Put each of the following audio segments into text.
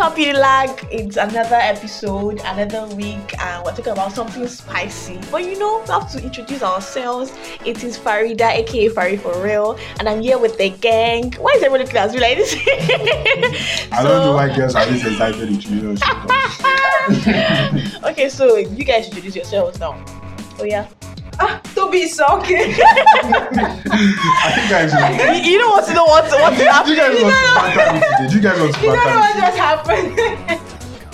up, you lag? It's another episode, another week, and we're talking about something spicy. But you know, we have to introduce ourselves. It is Farida, aka Fari for real, and I'm here with the gang. Why is everybody looking at me like this? I don't know why girls are this excited introducing So- okay, so you guys introduce yourselves now. Oh yeah, Ah, Toby is okay. I think guys will- you, you don't want to know what what to you guys want to banter me today. Do you guys want to you don't know what banter me? just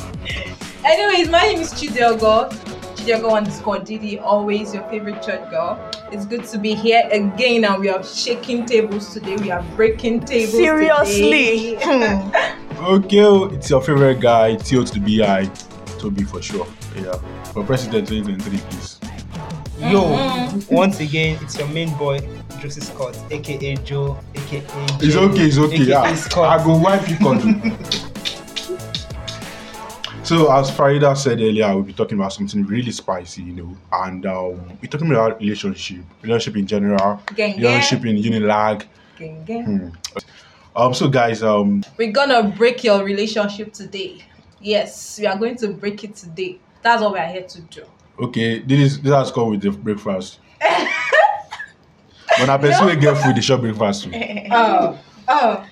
happened. Anyways, my name is Chidiogo. Chidiogo underscore Didi, always your favorite church girl. It's good to be here again, and we are shaking tables today. We are breaking tables. Seriously. today. Hmm. Okay, oh, it's your favorite guy, Tio to be I, Toby for sure. Yeah. For president 2023, please. Yo, Mm-hmm. once again, it's your main boy, Josie Scott, aka Joe, aka It's Joe, okay, it's okay. Ah, Yeah. aka I Scott. go wipe you on. So as Farida said earlier, we'll be talking about something really spicy, you know, and um, we're talking about relationship, relationship in general, Gang, gang. relationship in Unilag. Gang, gang. Um, so guys, um, We're gonna break your relationship today. Yes, we are going to break it today. That's what we are here to do. okay, this is this has come with the breakfast. when I pursue a girl food, they shop breakfast. too. Oh, oh.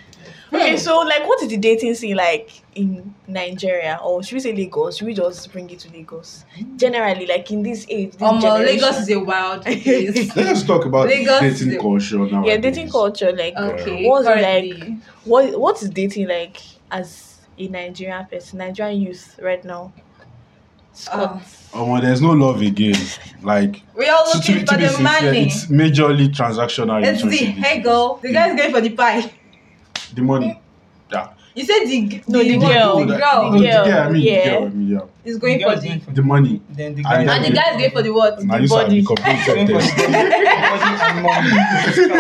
Okay, so like, what is the dating scene like in Nigeria, or should we say Lagos? Should we just bring it to Lagos? Generally, like in this age, this Um, generation- Hmm. Lagos is a wild place. Let's talk about Lagos is dating the- culture now. yeah, dating culture. Like, okay. what's it currently. like? What what is dating like as a Nigerian person, Nigerian youth right now? Ah. Scott. Oh, well, there's no love again. Like We are to, looking to, to for be the sincere, money. it's majorly transactional. It's the relationship. hegel. The guy's going for the pie. The money. Yeah. You said the No, the what? girl. The No, girl the girl, girl, I mean, yeah. the girl, I mean, yeah. is The going girl for is the going The money. Then the And guy. and the guy's going for the what? Now The this has body. become Going for the incest. body and money.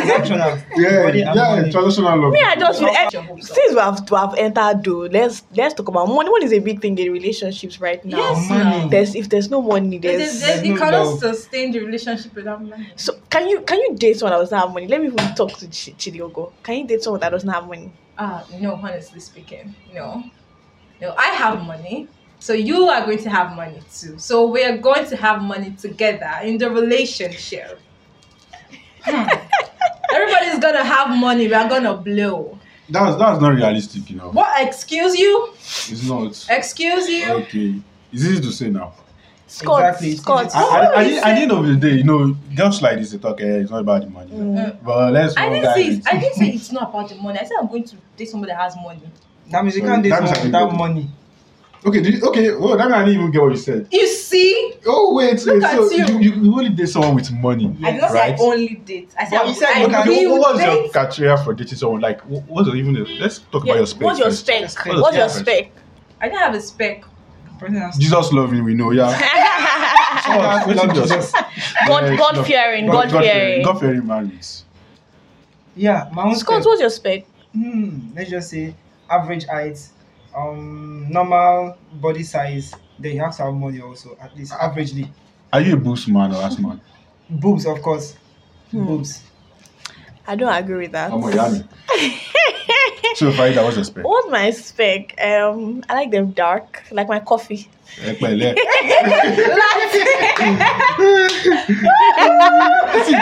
Transactional. Yeah, Body yeah, and money. transactional love. Me, I just feel, How- eh, since we have we have entered though, let's let's talk about money. Money is a big thing in relationships right now. Yes, Money. There's if there's no money, It there's is, it, no you cannot love. sustain the relationship without money. So can you can you date someone that doesn't have money? Let me even talk to Ch- Chidiogo. Can you date someone that doesn't have money? Ah, no, honestly speaking. No. No, I have money. So you are going to have money too. So we are going to have money together in the relationship. Hmm. Everybody's gonna have money. We are gonna blow. That's that's not realistic, you know. What? Excuse you? It's not. Excuse you? Okay. It's easy to say now. Scott, Exactly. Scott. I, I, I, at the- you at the end of the day, you know, girls like this, they talk, eh, it's not about the money. Mm. But let's I not didn't dive say it's, into- I didn't say it's not about the money. I said I'm going to date somebody that has money. That means you can't date That means I someone can without go. money. Okay, did, okay, well, that mean I didn't even get what you said. You see? Oh, wait, wait, Look at so you. you, you, you only date someone with money. I did not right? say I only date. I said But you said I you can- will Okay, what was your date. criteria for dating someone? Like, wh- what's your even? Let's talk Yeah, about your spec. What's your first. spec? Spec. What's your Spec. spec? I didn't have a spec. Person has Jesus love me, we know, yeah. Someone has Wait, love Jesus. Jesus. Yeah, God, God love- fearing, God- God fearing. God fearing man is. Yeah, my own Scott, spec. what's your spec? Hmm, let's just say average height, um, normal body size. Then you have to have money also, at least averagely. Are you a boost man or ass man? Boobs, of course. Hmm. Boobs. I don't agree with that. I'm a yami. So, Farida, what's your spec? What's my spec? Um, I like them dark, like my coffee. Eh, pẹ̀lẹ́. See,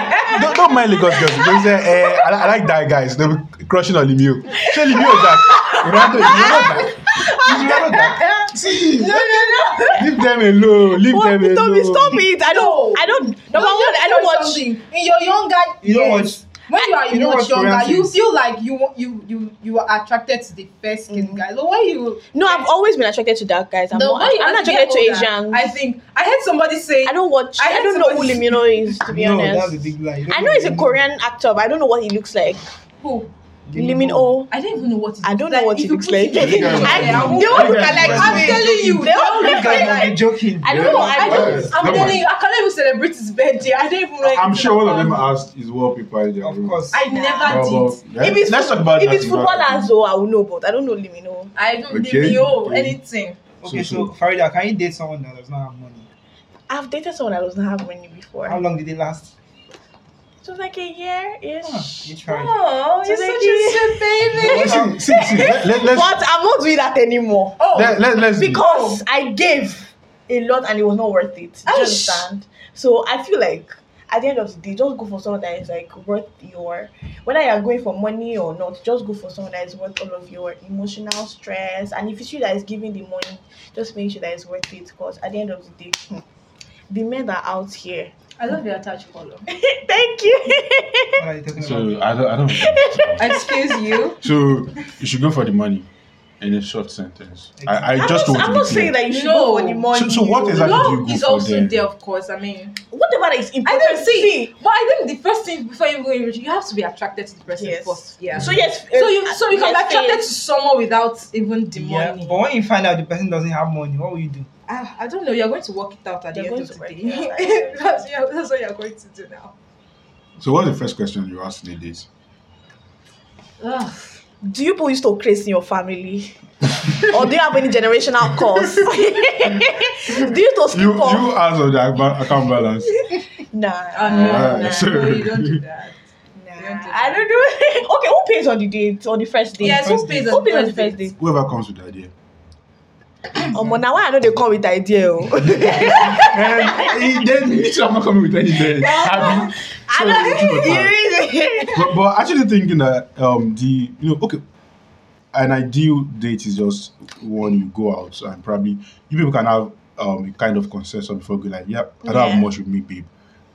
don't, don't mind Lagos girls. They say, eh, I, li- I like that guys. They be crushing on Limio. Say Limio dark. Ronaldo, is Ronaldo dark. Is Ronaldo dark. See, no, no, no. leave them alone. Leave What? them alone. Stop it! Stop it! I don't. No. I don't. Number one, I don't watch. In your younger, You don't years, When you are you don't much watch younger, Korean you series. feel like you want- you you you are attracted to the fair skinned guys. But when you No, I've always been attracted to dark guys. I'm the- not. when you I'm not as you get attracted to older, Asians. I think I heard somebody say I don't watch. I I, had don't know who somebody- Limino is, to be no, honest. that's a big lie. You don't I know he's a even Korean actor, but I don't know what he looks like. who Limin O. "Oh, I don't even know what it I don't know Like, what if it you looks put like. it together, Yeah, I- I won't- They all look Yeah, alike. yeah, I'm yeah. telling you. They all You look guys are alike. be joking. I don't know. I I don't. Yeah. don't, I'm Don't telling mind. you, I can't even celebrate his birthday. I don't even like I'm it. sure one of them asked is what people are in their Of room. course. I never But- did. but, yeah, If it's, Eh, Let's talk about if that it's in one- footballers, though, I will know, but I don't know Limino. I don't Okay, okay. know okay. anything. Okay, So- so, Farida, can you date someone that does not have money? I've dated someone that doesn't have money How before. long did they last? Just like a year ish. You tried. Oh, you're Today such is- a sweet see, baby. see, see, let, let, let's, But I'm not doing that anymore. Oh, let, let, let's be- because I gave a lot and it was not worth it. Do you Aish. understand? So I feel like at the end of the day, just go for someone that is like worth your whether you are going for money or not, just go for someone that is worth all of your emotional stress. And if it's you that is giving the money, just make sure that it's worth it. Because at the end of the day, hmm, the men that are out here. I love your attached color. Thank you. What are you talking about? So I don't, I don't. Excuse you. so you should go for the money in a short sentence. I, I just I'm, not, want to I'm be not saying clear. that you should No. go for the money. So- so what is that? that- Exactly, Love you go is for also them. there, of course. I mean, Whatever that is I important. don't see. But I think the first thing before you go in you have to be attracted to the person Yes. first. Yeah. Mm. So yes. So uh, you so you can be yes, attracted to yes. someone without even the Yeah, money. but when you find out the person doesn't have money, what will you do? Ah, I don't know. You're going to work it out at the You're end going of to the work day. it out, yeah. that's, yeah, that's what you're going to do now. So what's the first question you asked the date? Ugh. Do you people used to craze in your family? or do you have any generational curse? do you to skip You off? you asked on the acc- account balance. Nah, Ah, nah, no, Alright, no, so- no, you don't do that. don't do nah. I don't know. okay, who pays on the date on the first date? Yes, who first pays date. who on pays on the first first date? date? Whoever comes with the idea. Omo, now why I know they come with idea? oh. and Eh, then literally I'm not coming with anything. Abi, I so it's too much. don't. but, but actually thinking that um the you know okay an ideal date is just when you go out and probably you people can have um a kind of consensus before going like yep I don't Yeah. have much with me babe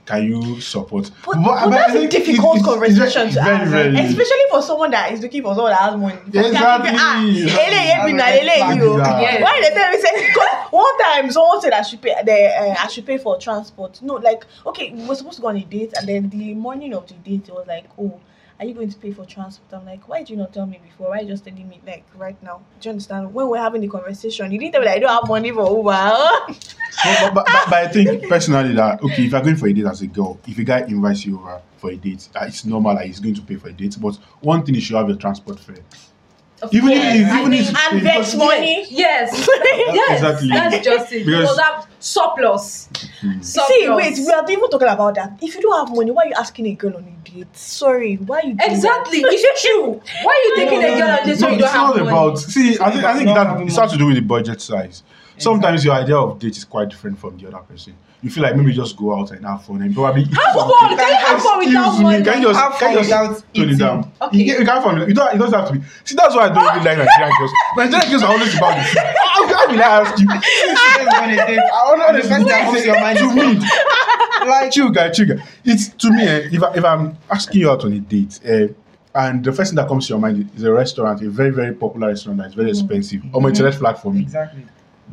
can you support But, but, I that's a think difficult it's- it's- it's conversation to very, have, eh? very, especially for someone that is looking for someone that has money. Exactly. Ah, ele help me now, Exactly. ele you. Yeah. Why they tell me say? 'cause One time someone said I should pay. The, uh, I should pay for transport. No, like okay, we were supposed to go on a date, and then the morning of the date, it was like, oh. Are you going to pay for transport? I'm like, why did you not tell me before? Why are you just telling me like right now? Do you understand? When we're having the conversation, you didn't tell me that I don't have money for Uber. but, but, but, but I think personally that okay, if you're going for a date as a girl, if a guy invites you over for a date, uh, it's normal that he's going to pay for a date. But one thing is you have your transport fare. Of Even course. if I even mean, if and because- vex money. Yes. yes. Exactly. That's just it. Because- Because that surplus. surplus. See, wait, we are even talking about that. If you don't have money, why are you asking a girl on a date? Sorry, why you doing Exactly. that? It's true. Why are you taking a girl on this No, when you it's don't not have money? about. See, I think I think Not that having it has to do with the budget size. Sometimes your idea of date is quite different from the other person. You feel like maybe just go out and have fun and probably eat Have something. fun! Can you have fun Excuse without me, money? Can you just Have can you fun just without tone it eating. down? Okay. You, get, you can't fun. You don't. It doesn't have to be. See, that's why I don't even like Nigerian girls. Nigerian girls are always about this. How how will I ask you? I I don't know the first that time comes to your mind you is mean. like, chill guy chill guy it's to me eh, if, I, if i'm asking you out on a date eh, and the first thing that comes to your mind is a restaurant a very very popular restaurant that's very expensive mm-hmm. it's a red flag for me Mm. exactly.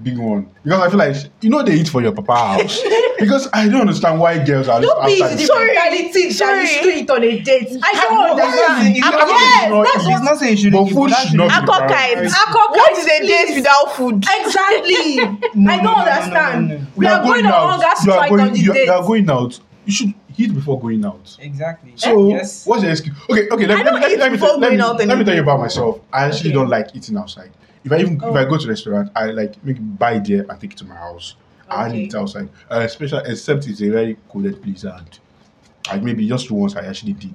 big one because i feel like you know they eat for your papa house because i don't understand why girls are Don't be after the this Sorry, mentality that sorry. you should eat on a date. I No, don't that's what I'm saying. understand. It's I'm- yes, not- that's it's what- not saying you shouldn't But eat, food that's should not the be Aquakite. priority. Aquakite, What is a date please. without food? Exactly. No, I no, no, no, don't no, understand. no, no. We are going on hunger you are strike going, on the you, are, date. you are going out you should eat before going out Exactly. So yes. what's the excuse? Okay, okay. Let, Eh, I let, don't me- let, me- eat let me before tell, let, going me, out let me anymore. tell you about myself. I actually Okay. don't like eating outside. If I even Oh. if I go to a restaurant, I like make buy there and take it to my house. I don't Okay. eat outside, uh, especially except it's a very crowded place and I maybe just once I actually did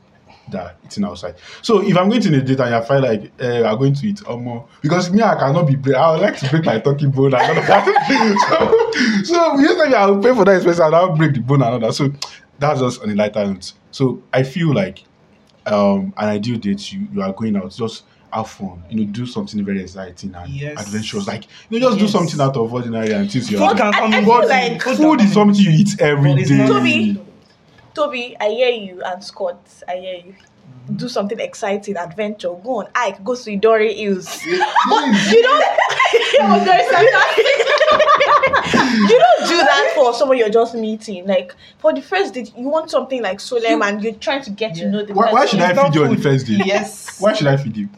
that eating outside. So if I'm going to a date and I find like uh, I'm going to eat more because me I cannot be break. I would like to break my turkey bone and all of that. so so usually I'll pay for that expense and I'll break the bone and all that. So that's just on a lighter note. So I feel like um an ideal date you you are going out just have fun you know do something very exciting and Yes. adventurous like you know just do Yes. something out of ordinary and things you Food are can come I- I in feel body, like can food come is in- something you eat every But it's day not- Toby. Hmm. Toby, I hear you, and Scott, I hear you. Hmm. Do something exciting, adventure. Go on, Ike, go to Idori Hills. Please. You don't. you don't do that for someone you're just meeting. Like for the first date, you want something like solemn, You- and you're trying to get Yeah. to know the why, person. why should i It's not feed you on the food. first day Yes. why should i feed you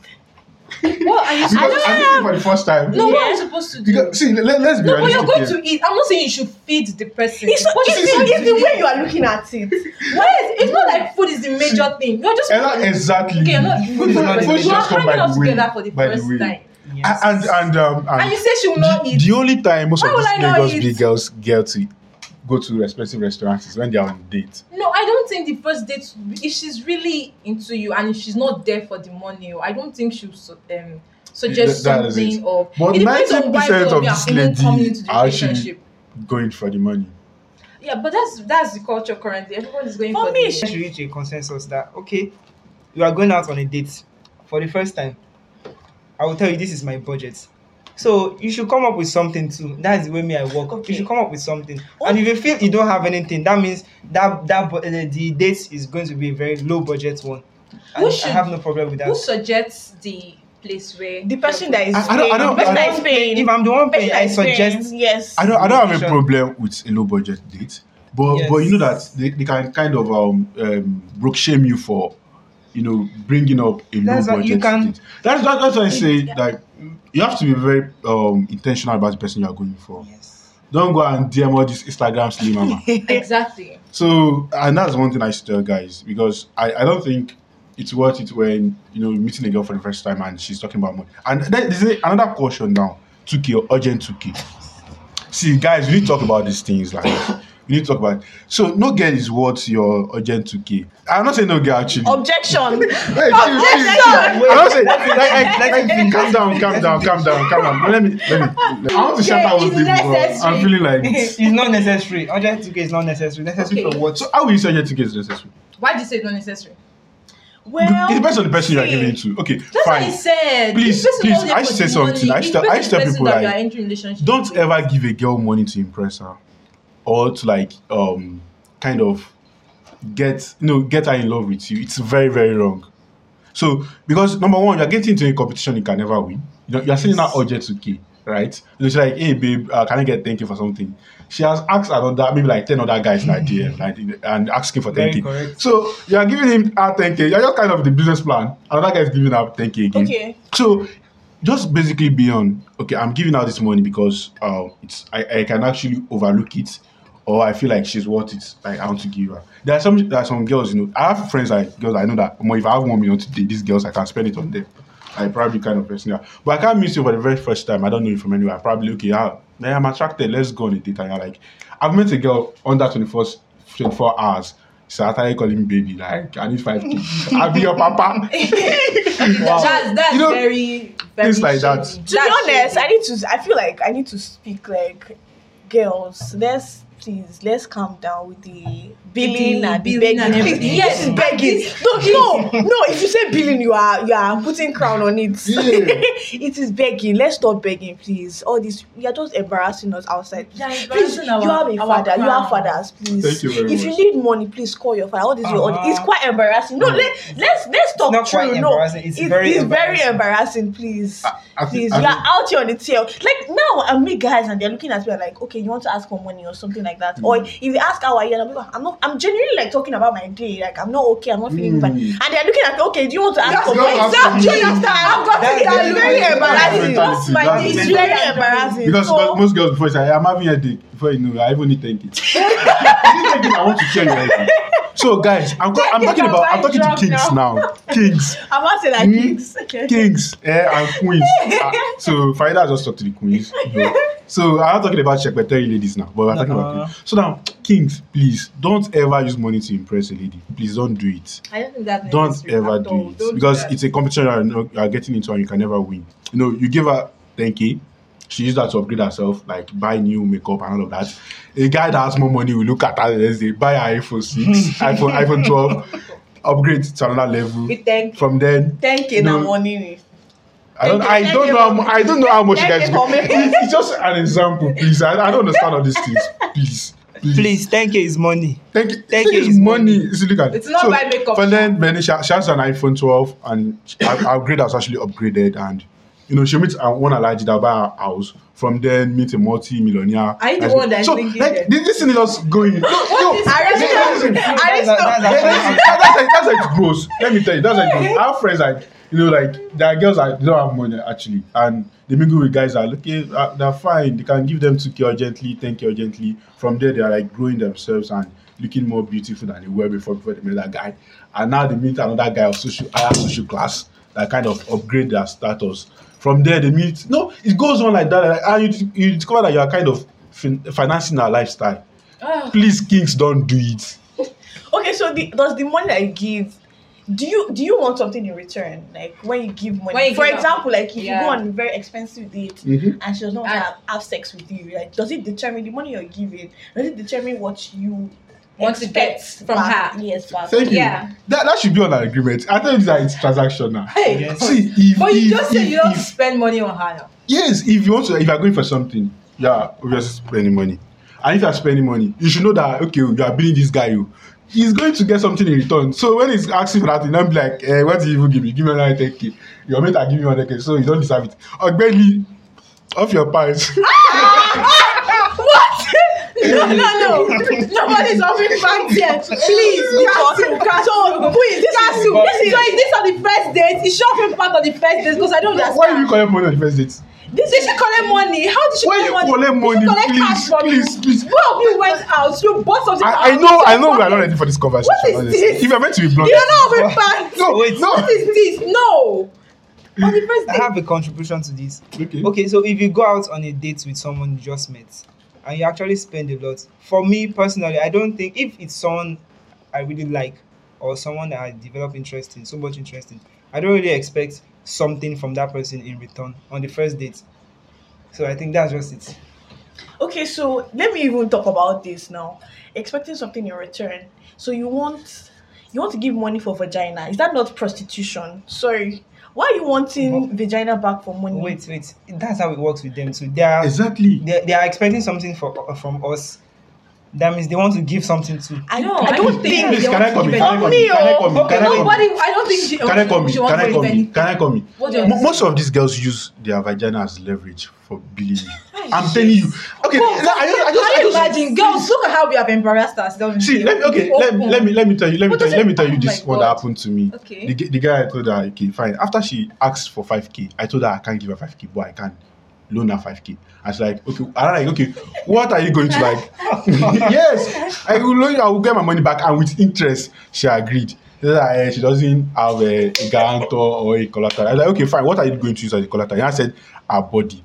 What are you because i'm eating for the first time No, what are Yeah. you supposed to do? because see let, let's be no, but you're realistic going here. to eat. I'm not saying you should feed the person. It's, not, But you it's, see- not, it's the way you are looking at it. Yes, it's not like food is the major thing. You're just Ella- exactly Okay, you're not- food is you're not not- food you're just come by hanging out the way together for the by first the way time. Yes. and and um And you say she will not the, eat. the only time most Why of would these I not Lagos eat? big girls get to go to expensive restaurants is when they are on date. No, I don't think the first date, if she's really into you and if she's not there for the money, I don't think she'll su- um, suggest That- that is something it. or. But It depends on why 90% both of you are this even coming lady into the are actually relationship. going for the money. Yeah, but that's that's the culture currently. Everyone is going For for, me, the- she- Let's reach a consensus that okay, you are going out on a date for the first time. I will tell you this is my budget. So you should come up with something too. That's the way me I work. Okay. You should come up with something. Oh. And if you feel you don't have anything, that means that that bu- uh, the date is going to be a very low budget one. Who And should- I have no problem with that. who suggests the place where The person that is I- I don't- I paying, the don't- person I that don't is paying, if I'm the one the person paying, that I is paying, suggest yes. I don't I don't have a Sure. problem with a low budget date, but Yes. but you know that they, they can kind of um, um brook shame you for, you know, bringing up a low That's what budget you can- date. That's that, that's why I say like you have to be very um intentional about the person you are going for. yes. Don't go and DM all this Instagram slim mama. exactly. So, and that's one thing I should tell guys because I, I don't think it's worth it when you know meeting a girl for the first time and she's talking about money. And that, this is another caution now: two K or urgent two K. See, guys, we need to talk about these things. Like, we need to talk about. So, no girl is worth your urgent two K. I'm not saying no girl actually. Oh, Objection. Wait, chill, chill, chill. I'm not saying. Like, like, like, Let him calm down, calm down, calm down, calm down. Let me, let me. Let me. I want to shout out those it's people. but necessary. I'm feeling like. It's not necessary. 100k is not necessary. Necessary Okay. for what? So, how will you say urgent two K is necessary? Why do you say it's not necessary? Well, it depends on the person you're see. giving it to. Okay, That's what I fine. said. Please, This person please, doesn't I put should say the something. I money. should- It's I should tell the person people, that you like, are entering relationship Don't with. ever give a girl money to impress her, or to like um kind of get you know get her in love with you. It's very very wrong. So because number one, you're getting into a competition you can never win. You know, you're sending her urgent to K, right? And she's like, hey babe, uh, can I get thank you for something? She has asked another maybe like ten other guys in her DM like, and asking for Very thank you. correct. So you're giving him her thank you. You're just kind of the business plan. Another guy is giving her thank you again. Okay. So just basically be on, okay, I'm giving out this money because uh, it's I, I can actually overlook it or I feel like she's worth it. Like I want to give her. There are some there are some girls, you know, I have friends like girls I know that "Omo, if I have one million today, these girls I can spend it on them. I probably kind of person. yeah. But I can't meet you for the very first time. I don't know you from anywhere. I probably okay, yeah, yeah, I'm attracted. Let's go on a date. And you're like, I've met a girl under 24, 24 hours. So I started calling me baby. Like, I need five kids. I'll be your papa. That's that's You know, very very things like that. shady. to be That's honest, I shady. need to. I feel like I need to speak like girls. Let's please let's calm down with the billing The and the billing begging. and Please, everything. Yes, Yes, begging. No, no, no. If you say billing, you are you are putting crown on it. Yeah. it is begging. Let's stop begging, please. All this you are just embarrassing us outside. You are Please, embarrassing you our- have a our father. You have crown. fathers, please. Thank you very if much. Mm. you need money, please call your father. All this, your- Uh-huh. it's quite embarrassing. No, let let's let's talk not quite true. No, embarrassing. It's very it's very embarrassing. embarrassing. Please, I please, think- you I are think- out here on the tail. Like now, I meet guys and they're looking at me like, okay, you want to ask for money or something like that. Mm. Or if you ask how I am, I'm, like, I'm not. I'm genuinely like talking about my day. Like I'm not okay. I'm not feeling Mm. fine. And they're looking at me, okay, do you want to ask That's for not money? asking. Do you understand? I've got That's it. That's the- very that's the embarrassing. mentality. That's my That's day. the It's very mentality. embarrassing. Because So- because most girls before say, I'm having a dick. Before you know, it, I even need thank you. Thank you, I want to kill you. right now. So guys, I'm, co- Thank I'm you, talking about I'm I'm talking to drunk kings now. Kings. I'm not saying like Mm. kings. Okay. Kings eh, and queens. Ah, so Farida just talked to the queens. you know. So I'm not talking about secretary ladies now, but we're talking Uh-uh. about kings. So now, kings, please don't ever use money to impress a lady. Please don't do it. I don't think that's don't necessary ever at all. do it Don't do because that. it's a competition you are, not- you are getting into and you can never win. You know, you give her 10k, she used that to upgrade herself, like buy new makeup and all of that. A guy that has more money will look at her and say, buy her iPhone 6, iPhone, iPhone 12, upgrade to another level. We thank From then, thank you. No. No. money. I don't, I Thank don't you. know, how, mu- I don't know how much you Thank guys. you for make. me. It's it's just an example, please. I, I don't understand all these things, please. Please, thank you is money. Thank you. Thank you It's is money. It's look at It's not by makeup. But then, Benny, she, she has an iPhone 12, and she- her her grade has actually upgraded. And you know, she meets uh, one Alaji that buy her house. From then, meet a multi-millionaire. Are you the husband. one that is so, thinking like, that? this, this thing is just going. No, no, is- let me- let me say- Aristo, Aristo. that- that's that's like that's like gross. Let me tell you, that's like gross. Our friends like you know like there are girls that they don't have money actually, and they mingle with guys that are okay, uh, they're fine. They can give them two k urgently, ten k urgently. From there, they are like growing themselves and looking more beautiful than they were before before they met that guy, and now they meet another guy of social higher social class that kind of upgrade their status. From there, they meet. No, it goes on like that. Like, and you, you discover that you are kind of fin- financing their lifestyle. Ah. Please, kings don't do it. Okay, so the, does the money I give, do you do you want something in return? Like when you give money, When you for give example, like if Yeah. you go on a very expensive date Mhm. and she does not want to And- have, have sex with you, like does it determine the money you're giving? Does it determine what you Want to get expect from back? her. Yes, back. Thank you. Yeah. That, that should be on an agreement. I think that it's transactional. Hey, Yes. See, if, but you if, just said if- you don't if- spend money on her now. yes, if you want to, if you're going for something, yeah, obviously spending money. And if you're spending money, you should know that okay, you are billing this guy. You, he's going to get something in return. So when he's asking for that, thing, I'm like, eh, what do you even give me? Give me another 10k. Your mate are giving you 100k, so you don't deserve it. Ogbeni, off your pants. What? no, no, no. Nobody's offering back here. Please, cancel, cancel. Please, this is, Cancel. this is so if this on the first date. It's should offering back on the first date because I don't Why are you understand. collect money on the first date? This is she collect money. How did she Why you collect money? collect Did she collect money? cash Please, from please, you? please. Both of you went out. You bought something. I, I out. know, I know we What are not ready for this conversation. is honestly. this? If you're meant to be blunt, You don't know offering back. no, Wait. no. What is this? No. On the first I date. have a contribution to this. Okay. Okay, so if you go out on a date with someone you just met and you actually spend a lot, for me personally, I don't think if it's someone I really like or someone that I develop interest in, so much interest in, I don't really expect something from that person in return on the first date. So I think that's just it. Okay, so let me even talk about this now. Expecting something in return. So you want you want to give money for vagina. Is that not prostitution? Sorry. Why are you wanting vagina back for money? Wait, wait, that's how it works with them too. They are Exactly. they, they are expecting something for, uh, from us. That means they want to give something too. I, No, I don't I think don't Please, can I come in? Can I come in? Only, Can I come in? okay, Can I come Nobody, in? I don't think she. Can I come in? she Can I wants come in? anything. Can I come in? What do you Mo- want? Most of these girls use their vagina as leverage for billing you. I'm shit. telling you. Okay, Come, now, I just, I just, I Can you just, imagine, girls? Look at how we have embarrassed ourselves. See, let me, okay, let, let me let me tell you, let me What tell you, does let me it- tell you oh this my what God. happened to me. Okay. The, g- the guy I told her, okay, fine. After she asked for 5k, I told her I can't give her 5k, but I can loan her 5k. I was like, okay, I'm like, okay, what are you going to like? yes, I will loan you, I will get my money back, and with interest, she agreed. She was like, eh, She doesn't have a, a guarantor or a collateral. I was like, okay, fine. What are you going to use as a collateral? And I said, her body.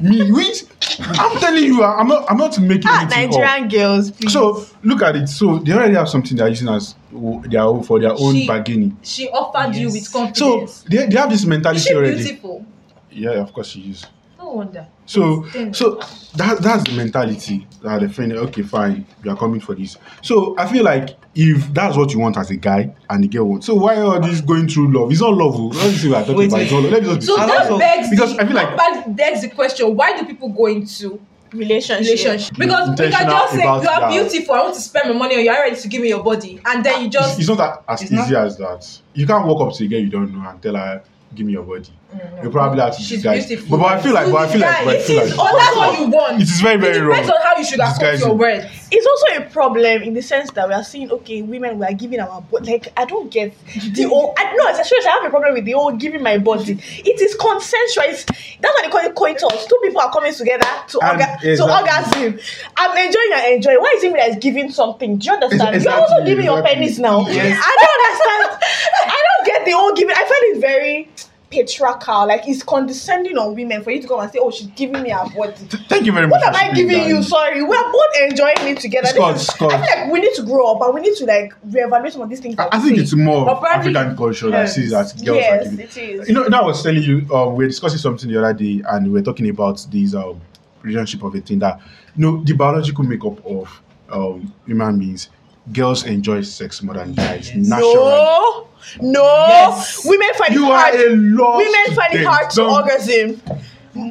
Me, which I'm telling you, I'm not, I'm not making Ah, anything up. Nigerian girls, please. So look at it. So they already have something they're using as o- their own for their own She- bargaining. She offered you Yes. with So confidence. they, they have this Is mentality she already. Mm. beautiful? Yeah, of course she is. No wonder. So Then- so that that's the mentality that the friend. Okay, fine, you are coming for this. So I feel like if that's what you want as a guy and the girl wants, so why all this going through love? It's not love. oh. Let me see what I'm talking Wait, about. wait. It's not love. Let me just be So And serious. that also- begs because the, I feel like- that begs the question: Why do people go into relationship. relationship? Because we can Intentional just say you are about that. beautiful. I want to spend my money on you. I'm ready to give me your body, and then you It's, just it's not as It's easy not- as that. You can't walk up to a girl you don't know and tell her, "Give me your body." Mm, no, You probably have to she's disguise. beautiful. But, but I feel like, but I feel like, but I Disguise. It feel like, is. Oh, that's what you want. It is very, very it wrong. depends on how you should accept your Disguising. words. it's also a problem in the sense that we are seeing okay women we are giving our body like i don't get the whole i know especially i have a problem with the whole giving my body it is consensual it's, that's why they call it coitus two people are coming together to, And orga- to exactly. orgasm i'm enjoying and enjoying why is it me that is giving something do you understand Ex- you're also exactly, giving your exactly. penis now Yes. i don't understand i don't get the whole giving i find it very patriarchal like it's condescending on women for you to come and say oh she's giving me her body Thank you very much. what am for I speaking giving you? that. Sorry, we're both enjoying it together. Scott, this is, Scott. I feel like we need to grow up and we need to like reevaluate some of these things. I, that I we think say. it's more But probably- African culture that Yes. sees that girls yes, are giving. it is. You know, you know, I was telling you, um, we were discussing something the other day, and we were talking about these um, relationship of a thing that, you know, the biological makeup of um, human beings. Girls enjoy sex more than guys. Yes. Naturally, no, no. Yes. Women find you it are hard. a lot. Women find it hard to orgasm.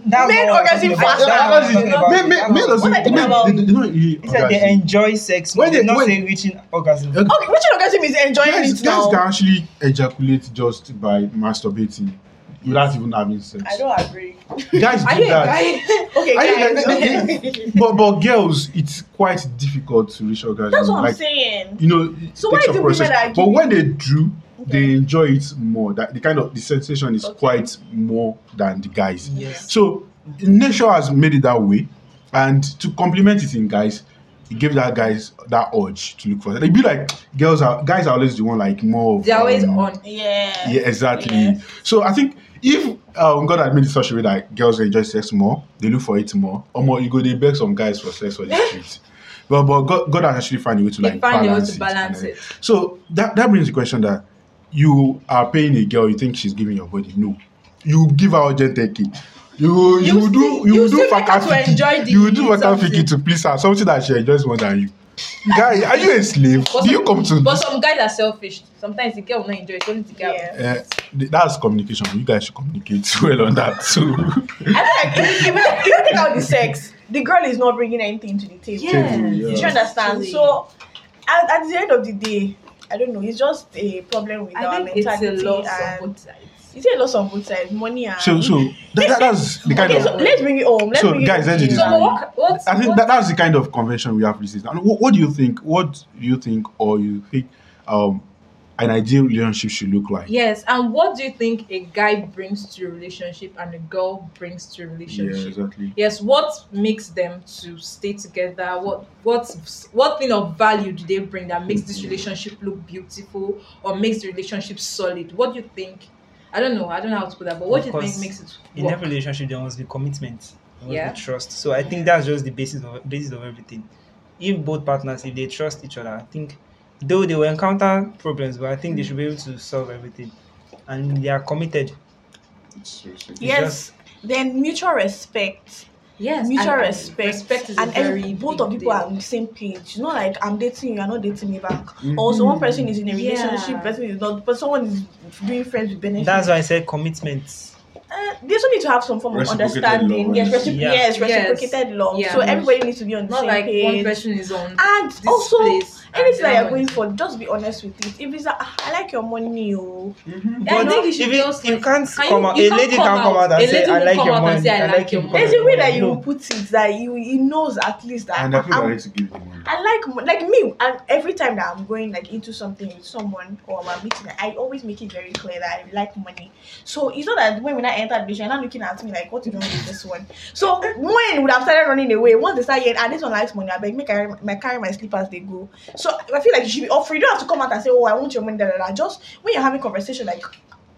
That's Men what I'm orgasm talking about. faster. That's what I'm talking about. Men, men, men What are you doesn't. talking Men, about? they, they, they don't really He said they orgasm. enjoy sex, When when they- they, not when- say reaching orgasm. Okay. Okay, which orgasm is enjoying guys, it guys now? can actually ejaculate just by masturbating without even having sex. I don't agree. Guys Are do you a that. guy? Okay, I guys. think that- that- okay. But but girls, it's quite difficult to reach orgasm. That's what I'm like, saying. You know, it So takes why do a women process. are but giving- when they do, they Okay. enjoy it more. That the kind of the sensation is Okay. quite more than the guys. Yes. So nature has made it that way, and to complement it in guys, it gave that guys that urge to look for. They be like girls are guys are always the one like more. of, They're always um, on. Yeah. yeah exactly Yeah. so i think if um, god had made it such a way that girls enjoy sex more they look for it more or more you go dey beg some guys for sex for the street Well, but God, God has actually found a way to They like find a way balance to balance and it. everything. So that that brings the question that you are paying a girl, you think she's giving your body. No, you give her urgent taking. You you, You will do you, still- you will do still make her to fakafiki. enjoy the you will do something. fakafiki to please her something that she enjoys more than you. Guy, are you a slave? But do you some- come to? But some guys are selfish. Sometimes the girl will not enjoy it. Only the girl. Yeah. Eh, th- that's communication. You guys should communicate well on that too. I feel like if you, if you take out the sex, the girl is not bringing anything to the table. Yeah. Yes. Yeah. Do you understand? So at, at the end of the day, I don't know. It's just a problem with I our think it's mentality. a loss on and both sides. it's a loss on both sides. Money and So so that, that, that's the kind okay, of. so let's bring it home. Let's So, bring it guys, home let's to do you. this. So what? What? I think what- that, that's the kind of convention we have received. And what, what do you think? What do you think, or you think, um, an ideal relationship should look like? Yes, and what do you think a guy brings to a relationship and a girl brings to a Yeah, relationship? exactly. Yes, what makes them to stay together? What what what thing of value do they bring that makes this relationship look beautiful or makes the relationship solid? What do you think? I don't know. I don't know how to put that, but what Of do you think course, makes it in work? every relationship there must be commitment there must Yeah. be trust so i think that's just the basis of basis of everything if both partners if they trust each other i think though they will encounter problems but i think they should be able to solve everything and they are committed Yes. Then mutual respect. Yes, mutual and- and respect. Respect is and a very every, both of big people are deal. on the same page. You know, like I'm dating you, you're not dating me back. Mm-hmm. Also, one person is in a Yeah. relationship, person is not, but someone is doing friends with benefits. that's why i said commitment uh, they also need to have some form of Reciprocated understanding. love, yes, recipro- Yeah. yes, Yes. reciprocated love. Yeah. So everybody needs to be on the Not same like one page. person is on and this also, place. and anything the that other you're one going is- for, just be honest with it. If it's like, "Ah, I like your money, oh, Yeah, I But think you should if it- just you like- can't can you- come out you a can't lady come can come out. out and A say lady i will like come your out and money say, "I i like like your your money." there's a way that you No. will put it that you he knows at least that "Ah, And I feel I'm- like to give the money. I like mo- like me. And every time that I'm going like into something with someone or I'm meeting, I always make it very clear that I like money. So it's not that when we now enter the relationship, you're not looking at me like, what you doing with this one? So when would have started running away? Once they start hearing, ah, this one likes money. I beg me carry my carry my slippers. They go. So I feel like you should be offering. You don't have to come out and say, oh, I want your money. Da, da, da. Just when you're having conversation, like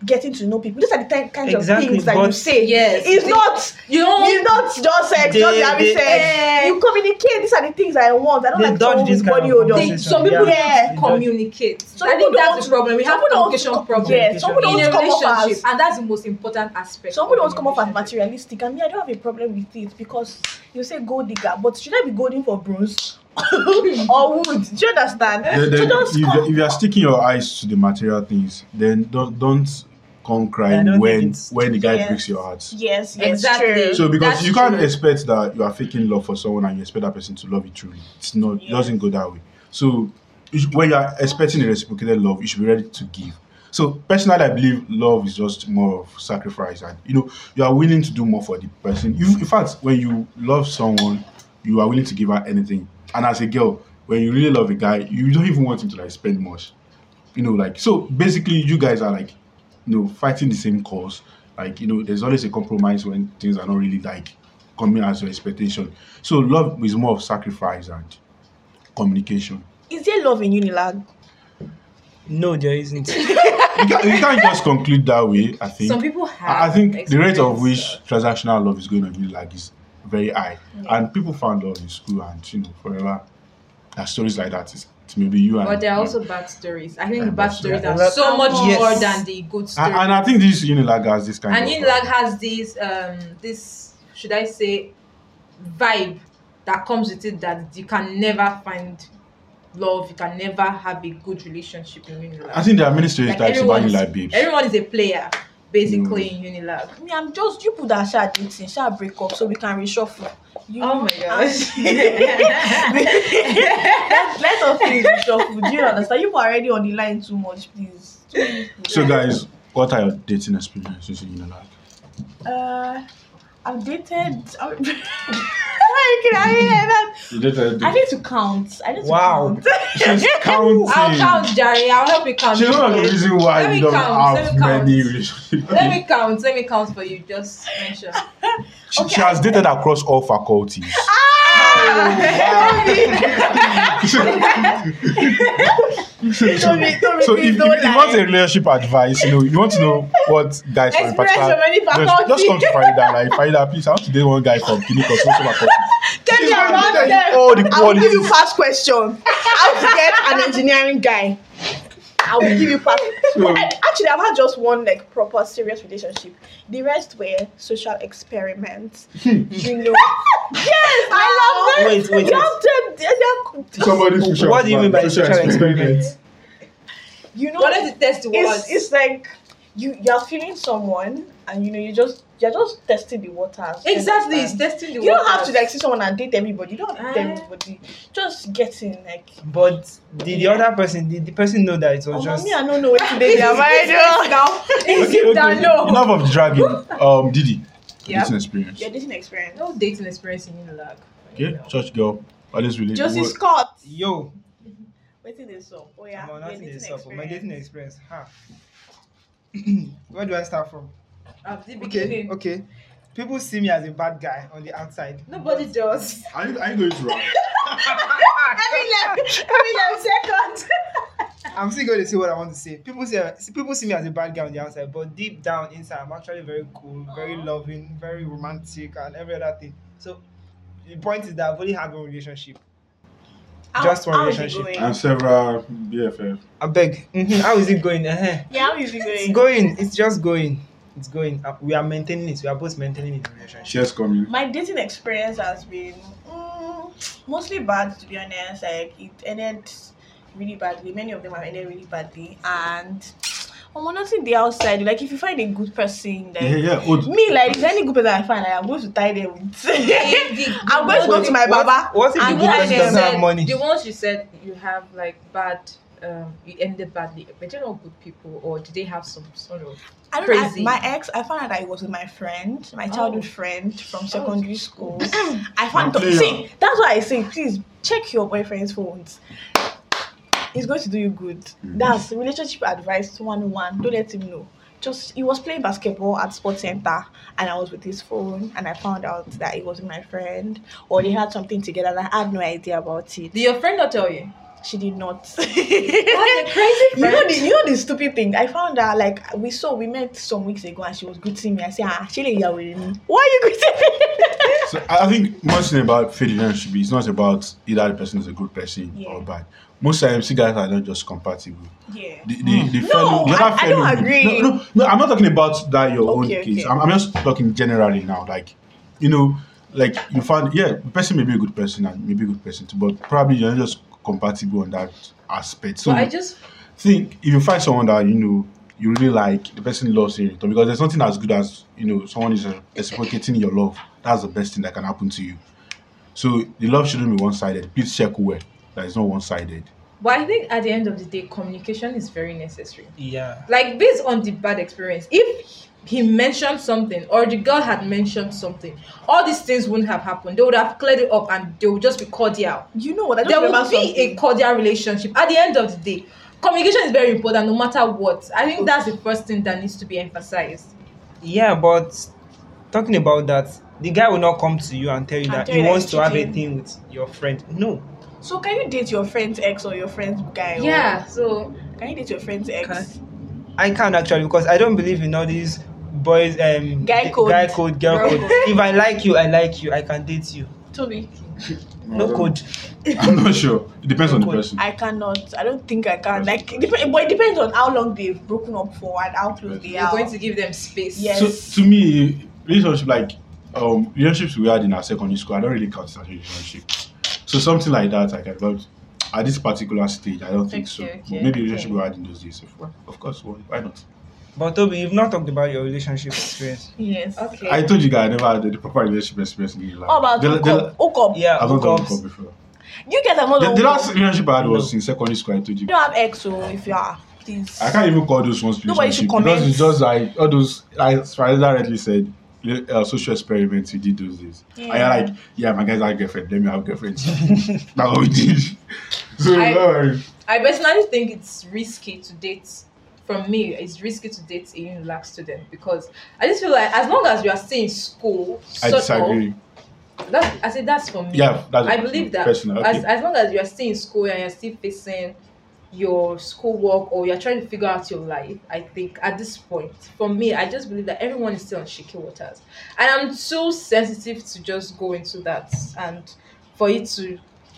getting to know people. These are the kind kinds Exactly, of things that but- you say. Yes. it's not. You don't It's not just sex, just They- having they- eh. sex. You communicate. These are the things I want. I don't They like dodge someone this with kind body of odor. They, conversation. some people Yeah. don't communicate. Some I think people that's don't- the problem. We have some people don't communication com- problem yeah, some people in don't a come off as relationship, and that's the most important aspect. some people of don't come off as relationship. materialistic. I mean, I don't have a problem with it because you say gold digger, but should I be golding for bronze or wood? Do you understand? Then- so then just if, come. if you are sticking your eyes to the material things, then don't don't come I crying don't think when it's- when the guy Yes. breaks your heart. Yes, yes, Exactly. true. So because That's you can't true. expect that you are faking love for someone and you expect that person to love you truly. It's not it Yes. doesn't go that way. So you should- when you are expecting a reciprocated love, you should be ready to give. So personally, I believe love is just more of sacrifice, and you know you are willing to do more for the person. You, in fact, when you love someone, you are willing to give her anything. And as a girl, when you really love a guy, you don't even want him to like spend much. You know, like so basically, you guys are like you know, fighting the same cause. Like, you know, there's always a compromise when things are not really like coming as your expectation. So love is more of sacrifice and communication. Is there love in Unilag? no there isn't You can't, you can't just conclude that way, I think. Some people have. I I think the rate of experienced, which uh, transactional love is going on in like is very high. And people found love in school and, you know, forever. There are stories like that. It's, it's maybe you and... But there are also bad stories. I think Yeah, the bad but- stories Yeah, are a lot- so much Yes. more than the good stories. And, and I think this Unilag has this kind and of... Unilag has this um this should I say vibe that comes with it that you can never find love, you can never have a good relationship in Unilag. I think there are many stories Like, types about everyone's- Unilag babes. Mm. Everyone is a player basically in Unilag. I mean, I'm just you put that shall dating, shall break up so we can reshuffle. You Oh my gosh. let, let us finish reshuffle. Do you understand? You people are already on the line too much, please. Too many people. So guys, what are your dating experiences in your life? Uh, Oh. I've dated. I'm, Like, I, You dated. mean, I need to count. I need to Wow. count. She's counting. I'll count, Jerry. I'll help you count. She's one of the reason Let why me we don't count, let have me count. many relationships. Let me count. Let me count for you. Just mention. She, she has dated across all faculties. so, so, Toby, Toby, so please if, if, don't if you want lie. a relationship advice, you know, you want to know what guys from a Express particular- your many just, just come to faculty. Farida, like Farida, please. I want to date one guy from Guinea Coast, also Macaulay. Tell She's me gonna about tell you them. all the I will give you qualities. fast question. How to get an engineering guy? I will give you fast. So- But I- actually, I've had just one like proper serious relationship. The rest were social experiments. you know. yes, I love them. Wait, wait, You wait. have to. they- they are- Somebody's social What do you mean by social You know. Wanted to test the waters. it's, it's like you you're feeling someone and you know you just you're just testing the waters you exactly. It's understand? testing the you don't waters. have to like see someone and date everybody you don't have to date Ah. everybody just getting like But did the other person, did the person know that it was oh just? mommy i don't know what today they are married now It's deep down low. Enough of dragging. Um, Didi, Yeah. dating experience. your dating experience No dating experience in Unilag. Okay, church girl, always related. Josie Scott Yo, wait till this up oh yeah I'm on your nothing dating this up. My experience. dating experience. Ha. Where do I start from? At the Okay, beginning. okay. People see me as a bad guy on the outside. Nobody does. Are you, are you going to rap? every left every left second I'm still going to say what I want to say. People see, see- people see me as a bad guy on the outside, but deep down inside, I'm actually very cool, very Aw. loving, very romantic, and every other thing. So the point is that I've only had one relationship. How- Just one how is it relationship. going? And several BFF. I beg. Mhm, How is it going? Uh-huh. yeah how is it It's going going. It's just going. It's going. Uh, We are maintaining it. We are both maintaining it in the relationship. Shares coming. my dating experience has been mm, mostly bad to be honest like it ended really badly many of them have ended really badly and i'm nothing the outside like if you find a good person like Yeah, yeah. oh, Old. me like if any good person i find like, i'm going to tie them with i'm going to go What- to my what- baba what if the and good tie person them. doesn't have said- money? The ones you said you have like bad, um, you ended badly. Were they not good people, or did they have some sort of? I don't know. I- Crazy. my ex, I found out that it was with my friend, my childhood friend from secondary school. I found Now out. play See, that's why I say, please check your boyfriend's phones. It's going to do you good. That's relationship advice 101. Don't let him know. Just he was playing basketball at sports center, and I was with his phone, and I found out that it was with my friend, or they had something together. And I had no idea about it. Did your friend not tell you? She did not. That's a crazy You know friend. the you know the stupid thing. I found her like we saw we met some weeks ago and she was greeting me. I said, ah, Chile, you're with me. Why are you greeting me? So I I think most thing about faith in relationship is not about either the person is a good person Yeah. or bad. Most times, you guys are not just compatible. yeah. The, the, the Hmm. No, fellow, the I- other I don't fellow- agree. No, no, no, I'm not talking about that your Okay, own case. okay. I'm, I'm just talking generally now. Like, you know, like you find, yeah, the person may be a good person and maybe a good person too, but probably you're not just compatible on that aspect. So But I just think if you find someone that you know you really like, the person loves you because there's nothing as good as you know someone is uh, reciprocating your love. That's the best thing that can happen to you. So the love shouldn't be one-sided. Please check well that it's not one-sided. But I think at the end of the day, communication is very necessary. Yeah. Like based on the bad experience, if he mentioned something or the girl had mentioned something, all these things wouldn't have happened. They would have cleared it up and they would just be cordial. You know what? I just there would remember be a something. cordial relationship. At the end of the day, communication is very important no matter what. I think that's the first thing that needs to be emphasized. Yeah, but talking about that, the guy will not come to you and tell you And that tell he you that wants he's to have a cheating. thing with your friend. No. So can you date your friend's ex or your friend's guy? or- Yeah, so Can you date your friend's ex? Can I can't actually because I don't believe in all these boys um Guy g- code. guy code, girl Girl code. code. if I like you, I like you. I can date you. Toby, No code. I'm not sure. It depends on the Code. person. I cannot. I don't think I can. Like, it dep- but it depends on how long they've broken up for and how close they you're are. going to give them space. Yes. So to me, relationship like um relationships we had in our secondary school, I don't really count it as a relationship. So something like that, I can. But at this particular stage, I don't think so. Okay, okay, Maybe okay. relationship we had in those days. Of, of course, why why not? But Toby, you've not talked about your relationship experience. yes. Okay. I told you guys I never had the proper relationship experience in life. How about the, hook the, up? Hook up. Yeah, I've not done hookups. hookup before. You get a The, model. the last relationship I had was in secondary school. I told you. You don't have ex, or if you are, please. I can't even call those ones Nobody relationship should because comment. it's just like all those. Like Farida rightly said, le- uh, social experiments we did those days. Yeah. And you're like, yeah, my guys have girlfriend. Let me have girlfriend. That's what we did. So I- uh, I personally think it's risky to date. From me, it's risky to date a Unilag student because I just feel like as long as you are still in school, I sort of, disagree. that's, I say that's for me. Yeah, that's I believe that personal. Okay. as, as long as you are still in school and you're still facing your schoolwork or you're trying to figure out your life, I think at this point, for me, I just believe that everyone is still on shaky waters. And I'm so sensitive to just go into that and for it to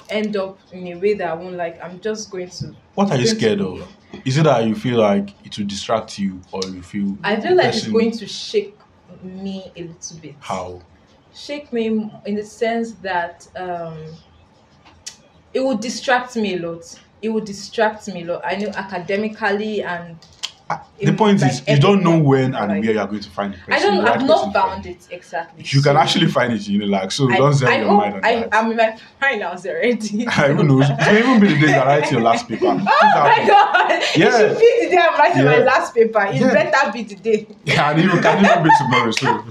end up in a way that I won't like. I'm just going to. What are you going to scared be- of? Is it that you feel like it will distract you or you feel I feel like it's person- going to shake me a little bit. how? shake me in the sense that um, it would distract me a lot. It would distract me a lot. I know academically and Ah, It The would, point like, is you don't know everyone, when and like- where you are going to find the person. I don't. the right I've person not for found you. it exactly. You can So actually find it, you know, like so. I, don't sell I your hope mind on I, that. I'm in my finals already. I even know. It may even be the day you are writing your last paper. Things Oh my happen. god! Yeah. It should be the day I'm writing my Yeah. last paper. It Yeah. better be the day. Yeah, and even can even be tomorrow. So,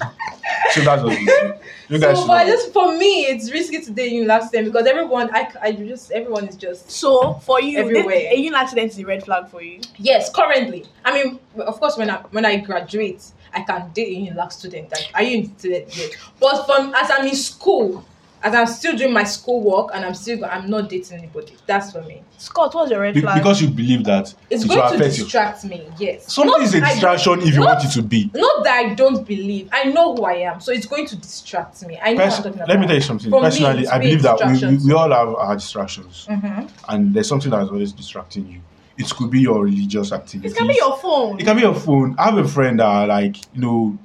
so that's just it. You guys. So, should but know. just for me, it's risky today in last term because everyone, I, c- I just everyone is just So for you, this, Everywhere. a union accident is a red flag for you. Yes, currently. I mean, of course, when I when I graduate, I can date a UNILAG student. Like, are you in student yet? But from as I'm in school, as I'm still doing my school work, and I'm still I'm not dating anybody. That's for me. Scott, what's your red Be- flag? because you believe that It's it will going to affect you. distract me. Yes. Something is a I- distraction if you not- want it to be. Not that I don't believe. I know who I am, so it's going to distract me. I know. what I'm Pers- talking about. let me tell you something. For me, Personally, it's I really believe that we, we, distractions. we all have our distractions, Mhm. and there's something that is always distracting you. It could be your religious activities. it can be your phone. It can be your phone. I have a friend that like you know,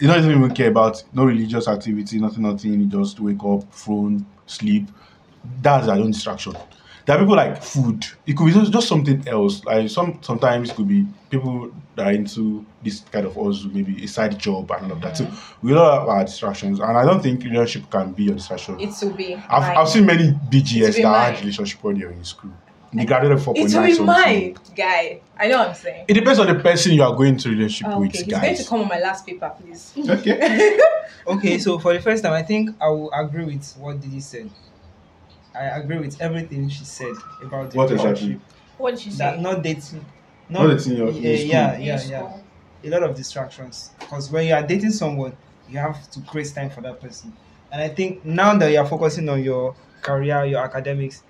he doesn't even care about no religious activity, nothing, nothing. He just wake up, phone, sleep. That's their own distraction. There are people like food. It could be just, just something else. Like some sometimes it could be people that are into this kind of also maybe a side job and all of that. Mm. So we all have our distractions, and I don't think relationship can be your distraction. It will be. I've, mine. I've seen many It's BGS that been had mine. relationship when they were in school. They graduated four point It will nine be something. mine, guy. I know what I'm saying. Oh, It depends on the person you are going to relationship Okay, with, he's going to guys. come on my last paper, please. Okay. Okay, so for the first time, I think I will agree with what Didi said. I agree with everything she said about the What relationship. exactly? What did she That say? not dating. Mm-hmm. Not dating your- yeah, in school. yeah, In yeah, yeah. school. A lot of distractions. Because when you are dating someone, you have to create time for that person. And I think now that you are focusing on your career, your academics,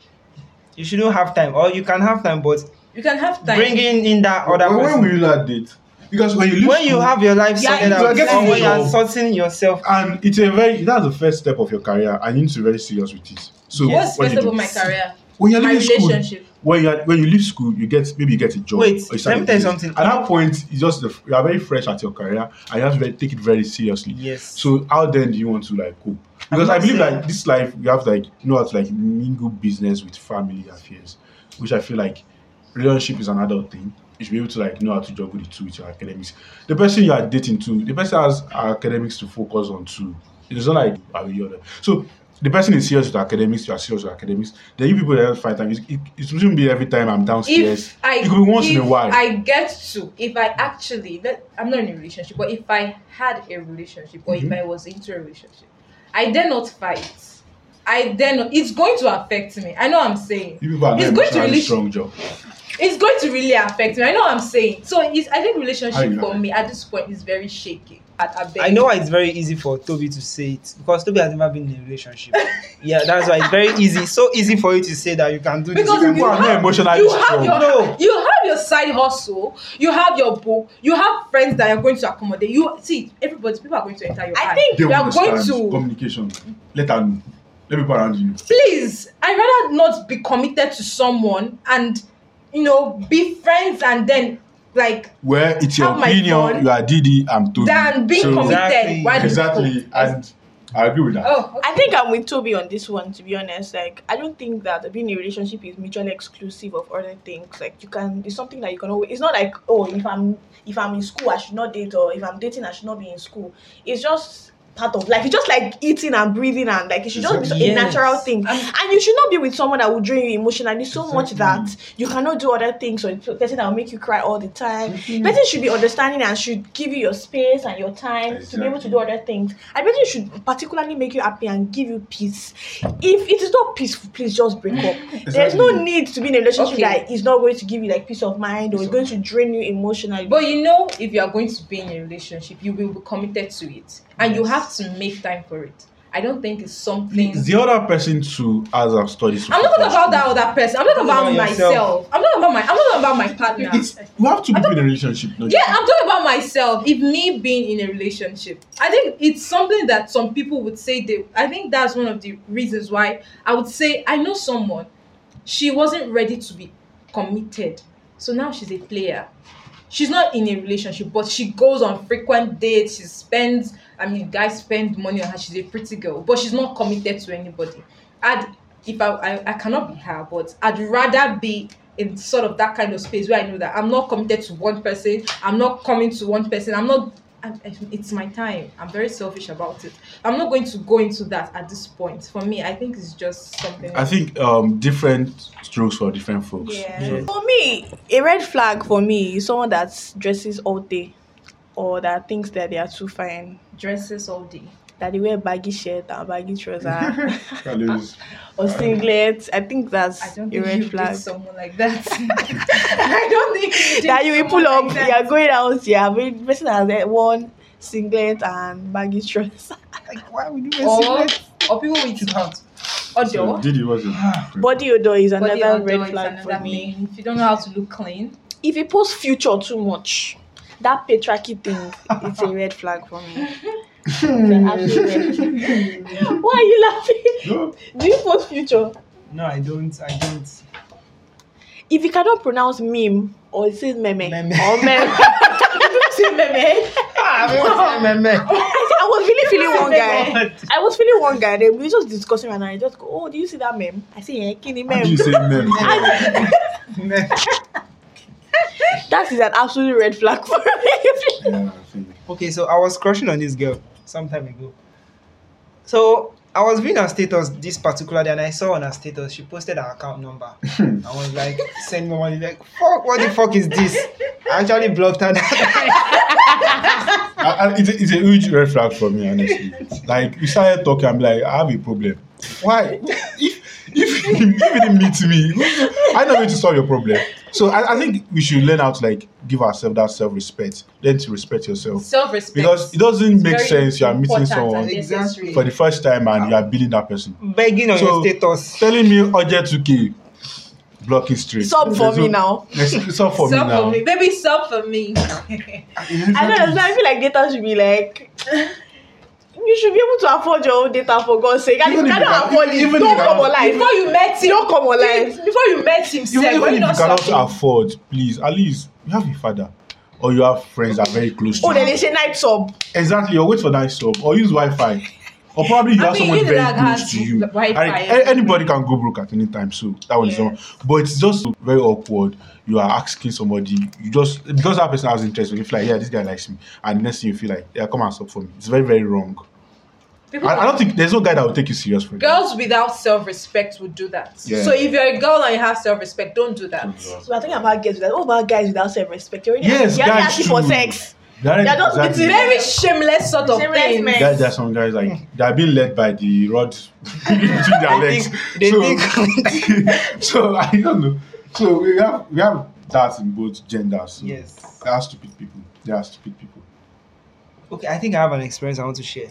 you shouldn't have time. Or you can have time, but You can have time. bringing in that other when, person. when will you not date? Because when you leave when you school have your life Yeah, sorted you out, are getting or when you are involved. sorting yourself, and it's a very that's the first step of your career, and you need to be very serious with it. So What's what first you of all do- my career? When you're My leaving school, relationship. when you when you leave school, you get maybe you get a job. Wait, or you start let me a tell you business. something. At that point, it's just the, you are very fresh at your career, and you have to very- take it very seriously. yes. So how then do you want to like cope? Because not I believe saying- that this life you have like you know how to like mingle business with family affairs, which I feel like relationship is another thing. You should be able to like know how to juggle the two with your academics. The person you are dating to, the person has academics to focus on too. It's not like are we other. So the person is serious with academics, you are serious with academics. Then you people that have five times. It, it shouldn't be every time I'm downstairs. If I it could be once in a if while. I get to, if I actually, let, I'm not in a relationship, but if I had a relationship or Mm-hmm. Mhm. if I was into a relationship, I dare not fight. I dare not. It's going to affect me. I know what I'm saying. you people are not It's going to emotionally really- strong job. It's going to really affect me. I know what I'm saying. So it's, I How think you relationship know? for me at this point is very shaky. At, at I know why it's very easy for Toby to say it because Toby has never been in a relationship. yeah, that's why it's very easy. So easy for you to say that you can do this. Because People you can do you are that. not have- emotionally you strong. have your No. you have your side hustle you have your book you have friends that you're going to accommodate you see everybody people are going to enter your I eye. think they you will are going understand to communication. Let her know. Let people around you know. please i rather not be committed to someone and you know be friends and then like Where it's your Have Oh my opinion, phone. you are Didi, I'm Toby. than being So- committed Exactly. while you Exactly. cook. And I agree with that. oh okay. I think I'm with Toby on this one. To be honest, like I don't think that being in a relationship is mutually exclusive of other things. Like you can, it's something that you can always. It's not like oh, if I'm if I'm in school, I should not date, or if I'm dating, I should not be in school. It's just part of life. It's just like eating and breathing, and like it should just be so- a Yes. natural thing. And- And you should not be with someone that will drain you emotionally so much Exactly. that you cannot do other things, or the person that will make you cry all the time. Person should be understanding and should give you your space and your time to be able to Exactly. do other things. I bet it should particularly make you happy and give you peace. If it is not peaceful, please just break up. There's no Exactly. need to be in a relationship Okay. that is not going to give you like peace of mind or Peace is of going to drain you emotionally. But you know, if you are going to be in a relationship, you will be committed to it, and you Yes. have to make time for it. I don't think it's something. The other person too has a story. I'm not talking about that other person. I'm talking Talking about about myself. yourself. I'm talking about my. I'm talking about my partner. It's, you have two people in a relationship. No, Yeah, I'm talking about myself. If me being in a relationship, I think it's something that some people would say they. I think that's one of the reasons why I would say I know someone. She wasn't ready to be committed, so now she's a player. She's not in a relationship, but she goes on frequent dates. She spends. I mean, guys spend money on her. She's a pretty girl, but she's not committed to anybody. I'd if I, I I cannot be her, but I'd rather be in sort of that kind of space where I know that I'm not committed to one person. I'm not coming to one person. I'm not. I'm, it's my time. I'm very selfish about it. I'm not going to go into that at this point. For me, I think it's just something. I think um, different strokes for different folks. Yeah. So, For me, a red flag for me is someone that dresses all day or that thinks that they are too fine. dresses all day. That they wear baggy shirt and baggy trousers can lose. or singlets. I think that's I don't a think red you flag. date someone like that. I don't think you date that you will someone pull up, like you that. are going out, you have a person has eh, one singlet and baggy trousers. Like, why would you Or, assume or people with that? So, odor. Didi, what's your Body odor is Body another odor red is flag for another me. thing. If you don't know how to look clean, If you post future too much, that patriarchy thing, it's a red flag for me. It's an absolute red flag. Why are you laughing? No, Do you post future? No, I don't. I don't. If you cannot pronounce meme or it says meme Meme. or meme. Say meme. Ah, man, I man. said- I was really feeling one guy. What? I was feeling one guy. Then we were just discussing and I just go, oh, do you see that meme? I say, yeah, kidding how do you meme. say men? Man. That is an absolute red flag for me. yeah, I think. Okay, so I was crushing on this girl some time ago. So I was viewing her status this particular day, and I saw on her status she posted her account number. I was like, send me money. Like, fuck, what the fuck is this? I actually blocked her. That I, I, it's, a, it's a huge red flag for me, honestly. Like, we started talking, I'm like, I have a problem. Why? If, if, you didn't meet me, I'm not going to solve your problem. So I, I think we should learn how to, like, give ourselves that self-respect. Learn to respect yourself. self-respect. Because it doesn't make very sense you are meeting important someone and necessary. for the first time and you are beating that person. begging on So- your status. Telling me, Oje 2K, blocking straight. Sub for me now. Sub for me Sub now. Baby, sub for me. I don't understand. I feel like data should be like. You should be able to afford your own data for God's sake. And if Even you if you cannot can- afford it, even if don't you can- come alive. Before you met him, Don't come alive. Before you met him, even, sir, even why if you not cannot sub him? afford, please, at least you have a father or you have friends that are very close to Oh, you. then they say night sub. Exactly, or wait for that sub or use Wi Fi. Or probably you I have mean, someone either very that close has to you. Wi-Fi. Like, a- anybody can go broke at any time, so that one is Yeah. someone. But it's just very awkward. You are asking somebody, you just because that person has interest, you feel like, yeah, this guy likes me. And next thing you feel like, yeah, come and sub for me. It's very, very wrong. People- I, I don't think there's no guy that will take you serious for that. Girls without self-respect would do that. Yeah. So if you're a girl and you have self-respect, don't do that. So we're talking about guys without. What about guys without self respect? You're already, Yes, you're already guys asking for too. sex. They're They're not exactly. between- Very shameless sort of Shameless thing. men. There, there are some guys like they are being led by the rod between their legs. they so, so think- I don't know. So we have we have that in both genders. So Yes. They are stupid people. They are stupid people. Okay, I think I have an experience I want to share.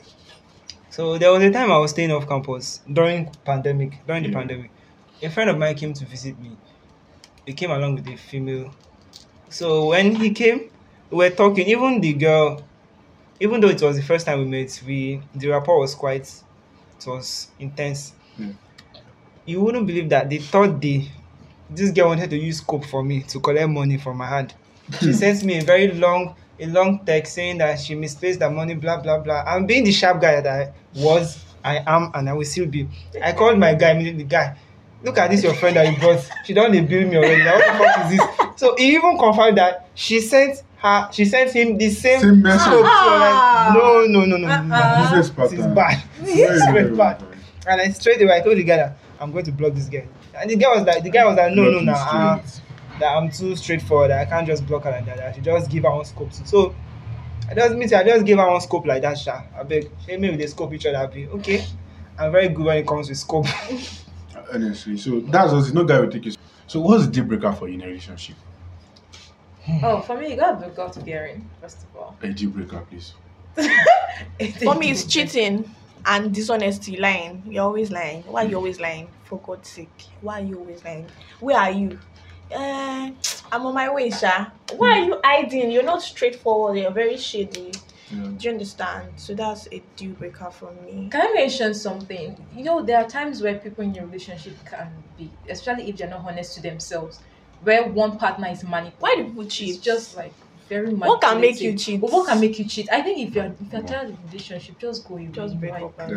So there was a time I was staying off campus during pandemic. During the Yeah. pandemic, a friend of mine came to visit me. He came along with a female. So when he came, we were talking. Even the girl, even though it was the first time we met, we the rapport was quite, it was intense. Yeah. You wouldn't believe that the third day, this girl wanted to use cope for me to collect money from my hand. She sent me a very long, a long text saying that she misplaced the money, blah blah blah. And being the sharp guy that I was, I am, and I will still be. I called my guy immediately. Guy, look at this your friend that you brought. She don't dey bill me already. Now, what the fuck is this? So he even confirmed that she sent her, she sent him the same. Same message. soap. So, like, no, no, no, no, no, no. Uh-uh. Business Ah, This pattern. is bad. This is very bad. And I straight away I told the guy that I'm going to block this guy. And the guy was like, the guy was like, no, no, no. Uh, that I'm too straightforward. that I can't just block her like that. that I should just give her one scope. So, so I just mean, I just give her one scope like that. Sha. I beg, hey, maybe they scope each other. I be okay. I'm very good when it comes with scope. ah. Honestly, so that's what no guy will take you. So what's the deal breaker for you in a relationship? Oh, for me, you gotta be God fearing, first of all. A deal breaker, please. For me, it's cheating. and dishonesty, lying. You're always lying. Why are you always lying? For God's sake, why are you always lying? Where are you? Uh, I'm on my way, Sha. Why are you hiding? You're not straightforward. You're very shady. Yeah. Do you understand? So that's a deal breaker for me. Can I mention something? You know, there are times where people in your relationship can be, especially if they're not honest to themselves, where one partner is manipulative. Why do people cheat? It's just like very much. What can make you cheat? What can make you cheat? I think if you're if you're tired of the relationship, just go. You Just break up. Yeah.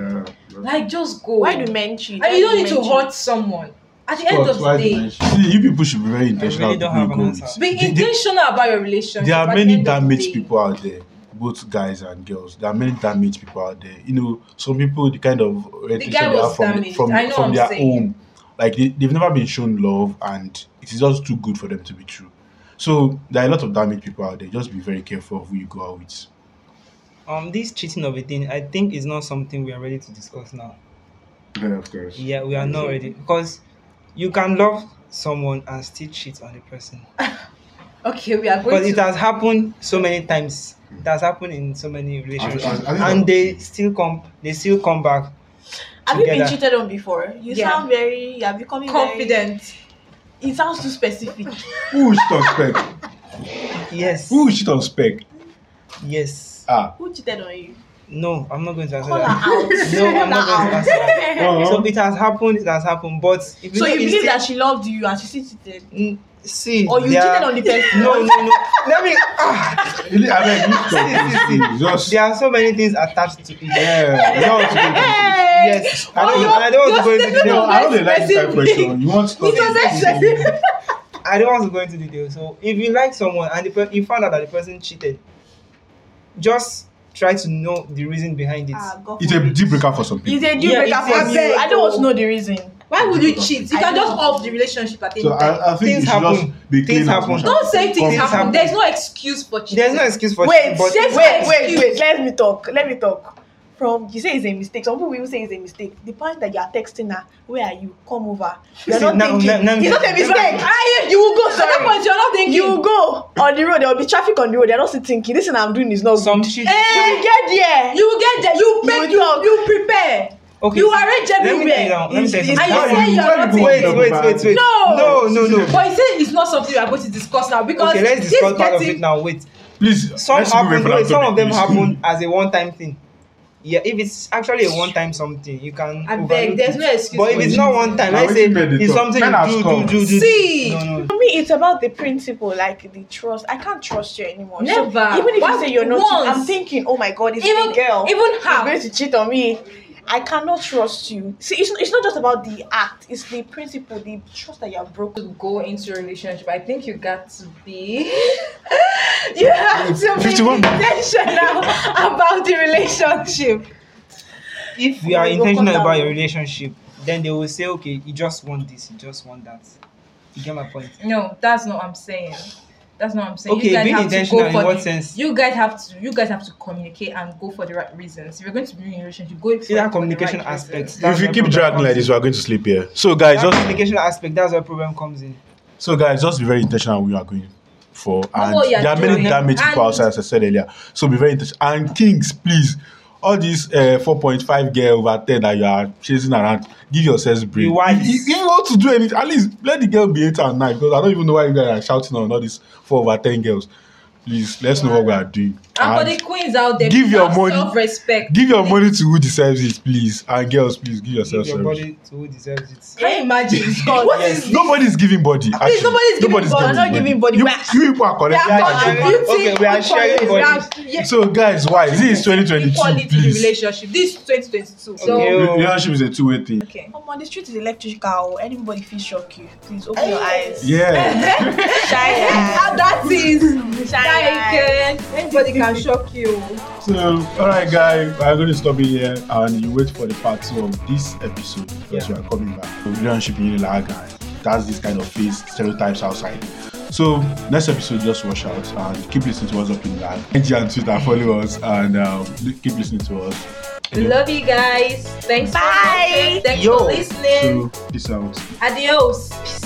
yeah. Like just go. Why do men cheat? And you don't Why need do to men cheat? hurt someone. At the end But of why the do men day, cheat? See, you people should be very intentional. really don't with who have you an go with. answer. be They- they- intentional about your relationship. there are At the many end of the damaged day- people out there both guys and girls there are many damaged people out there you know some people the kind of The relationship guy they was have from, damaged. from, I know from I'm their saying. home like they, they've never been shown love and it is just too good for them to be true so there are a lot of damaged people out there just be very careful of who you go out with Um, this cheating of a thing, I think, is not something we are ready to discuss now. yeah of course Yeah, we are not ready because you can love someone and still cheat on the person. Okay, we are Because going it to. has happened so many times. It has happened in so many relationships, as- as- and they still come. They still come back. Have you been together. cheated on before? You Yeah. sound very. You're becoming very- Confident. it sounds too specific. who will cheat on spec Yes. who will cheat on spec Yes. ah Who cheated on you? No, I'm not going to answer Call her out. that. No, Call I'm not her going out. to answer that. uh-huh. So it has happened. It has happened. But if So you it's believe still- that she loved you and she still cheated, Mm, see or you there cheated are- on the person? No, no, no. Let me. Ah, Really, I mean, you stop See, see, see. just there are so many things attached to it. yeah you know what to do to this. Hey! Yes. I Oh, don't. you're- I don't want to go you're into still no, detail. I don't like this type of Specific. question. You want to It was expensive. I don't want to go into detail. So if you like someone and the per- you found out that the person cheated, just try to know the reason behind it. Ah, God It's a forbid. deal breaker for some people. It's a deal Yeah, breaker it's for you. happened. I don't want to know the reason. Why would you cheat? You I can don't just know. off the relationship at any So time. I, I think Things you should happen. just be Things clean as happen. much Don't as say things possible. Things happen. happen. There's no excuse for cheating. There's no excuse for Wait, cheating, but wait, Just wait, wait, excuse. wait. Let me talk. Let me talk. From you say it's a mistake. Some people will say it's a mistake. The point that you are texting her, where are you? Come over. You're See, not now- thinking. now- now- it's not a mistake. I, You will go. at that Sorry. point, you're not thinking. You will go on the road. There will be traffic on the road. They're not still thinking. This thing I'm doing is not good. Eh, some cheat. You Eh, will get there. You will get there. You make You you, talk. you prepare. Okay, you so arrange Let me tell you everywhere. now. Let me tell you And something. you Why say you- you're why not you- Wait, thinking. wait, wait, wait. No. no, no, no. But you say it's not something we are going to discuss now because Okay, let's this discuss part of getting- it now. Wait. Please, some let's move away happen from no, that some of them topic, happen as a one-time thing yeah if it's actually a one-time something you can I overlook beg. There's it. no excuse. but for if it's it. not one time Now, let's say wetin make the it's talk? something Men has you do come. do, do do See. no no For me, it's about the principle, like the trust. I can't trust you anymore. So Never. even if Why- you say you're not, once. I'm thinking, oh my god, it's Even- a girl. even She's half. going to cheat on me. I cannot trust you. See, it's, it's not just about the act. It's the principle, the trust that you're broken. to go into a relationship, I think you got to be you have to be 51. intentional about the relationship. if you are We'll go intentional cut about down. your relationship then they will say okay you just want this you just want that you get my point No, that's not what I'm saying. That's not what I'm saying. Okay, you guys being have intentional to in go for what the- sense? You guys have to you guys have to communicate and go for the right reasons. If you're going to be in a relationship, go see that communication uh, aspect If that's you where keep problem dragging comes like in. this, we are going to sleep here. So guys, that just communication aspect that's where problem comes in so guys, just be very intentional when you are going for. And what you are there are many doing, damaged people and- outside, as I said earlier. So be very intentional. And kings, please, all these uh, 4.5 girl over 10 that you are chasing around, give yourselves break. Be wise. If, if you want to do anything, at least let the girl be 8 and 9 because I don't even know why you guys are shouting on all these 4 over 10 girls. Please, let's know what we are doing. And for And- the queens out there, Give your money- self respect. give your money to who deserves it, please. And girls, please give give yourself your service. body to who deserves it Can you imagine? what is Nobody's giving body. Actually. nobody's giving body. We're not giving body. You, We're- you people are they correct. are You are sharing- contributing. okay, we are sharing equally. bodies. We are- yeah. sharing. So guys, why? This is equality 2022, in the please. relationship. This is 2022. So, Okay. Re- Relationship is a two-way thing. okay. Come on, the street is electrical. Anybody feel shock you. Please open your eyes. Yeah. Shine your eyes. How that is. Shine Like, uh, anybody can shock you. So, all right, guys, I'm going to stop it here, and you wait for the part two of this episode because Yeah. we are coming back. Relationship in Unilag and that's this kind of face stereotypes outside. So, next episode, just watch out and keep listening to us up in that. IG and Twitter, follow us and um, keep listening to us. We love you guys. Thanks Bye. for watching. Thanks Yo. for listening. So, peace out. Adios. Peace.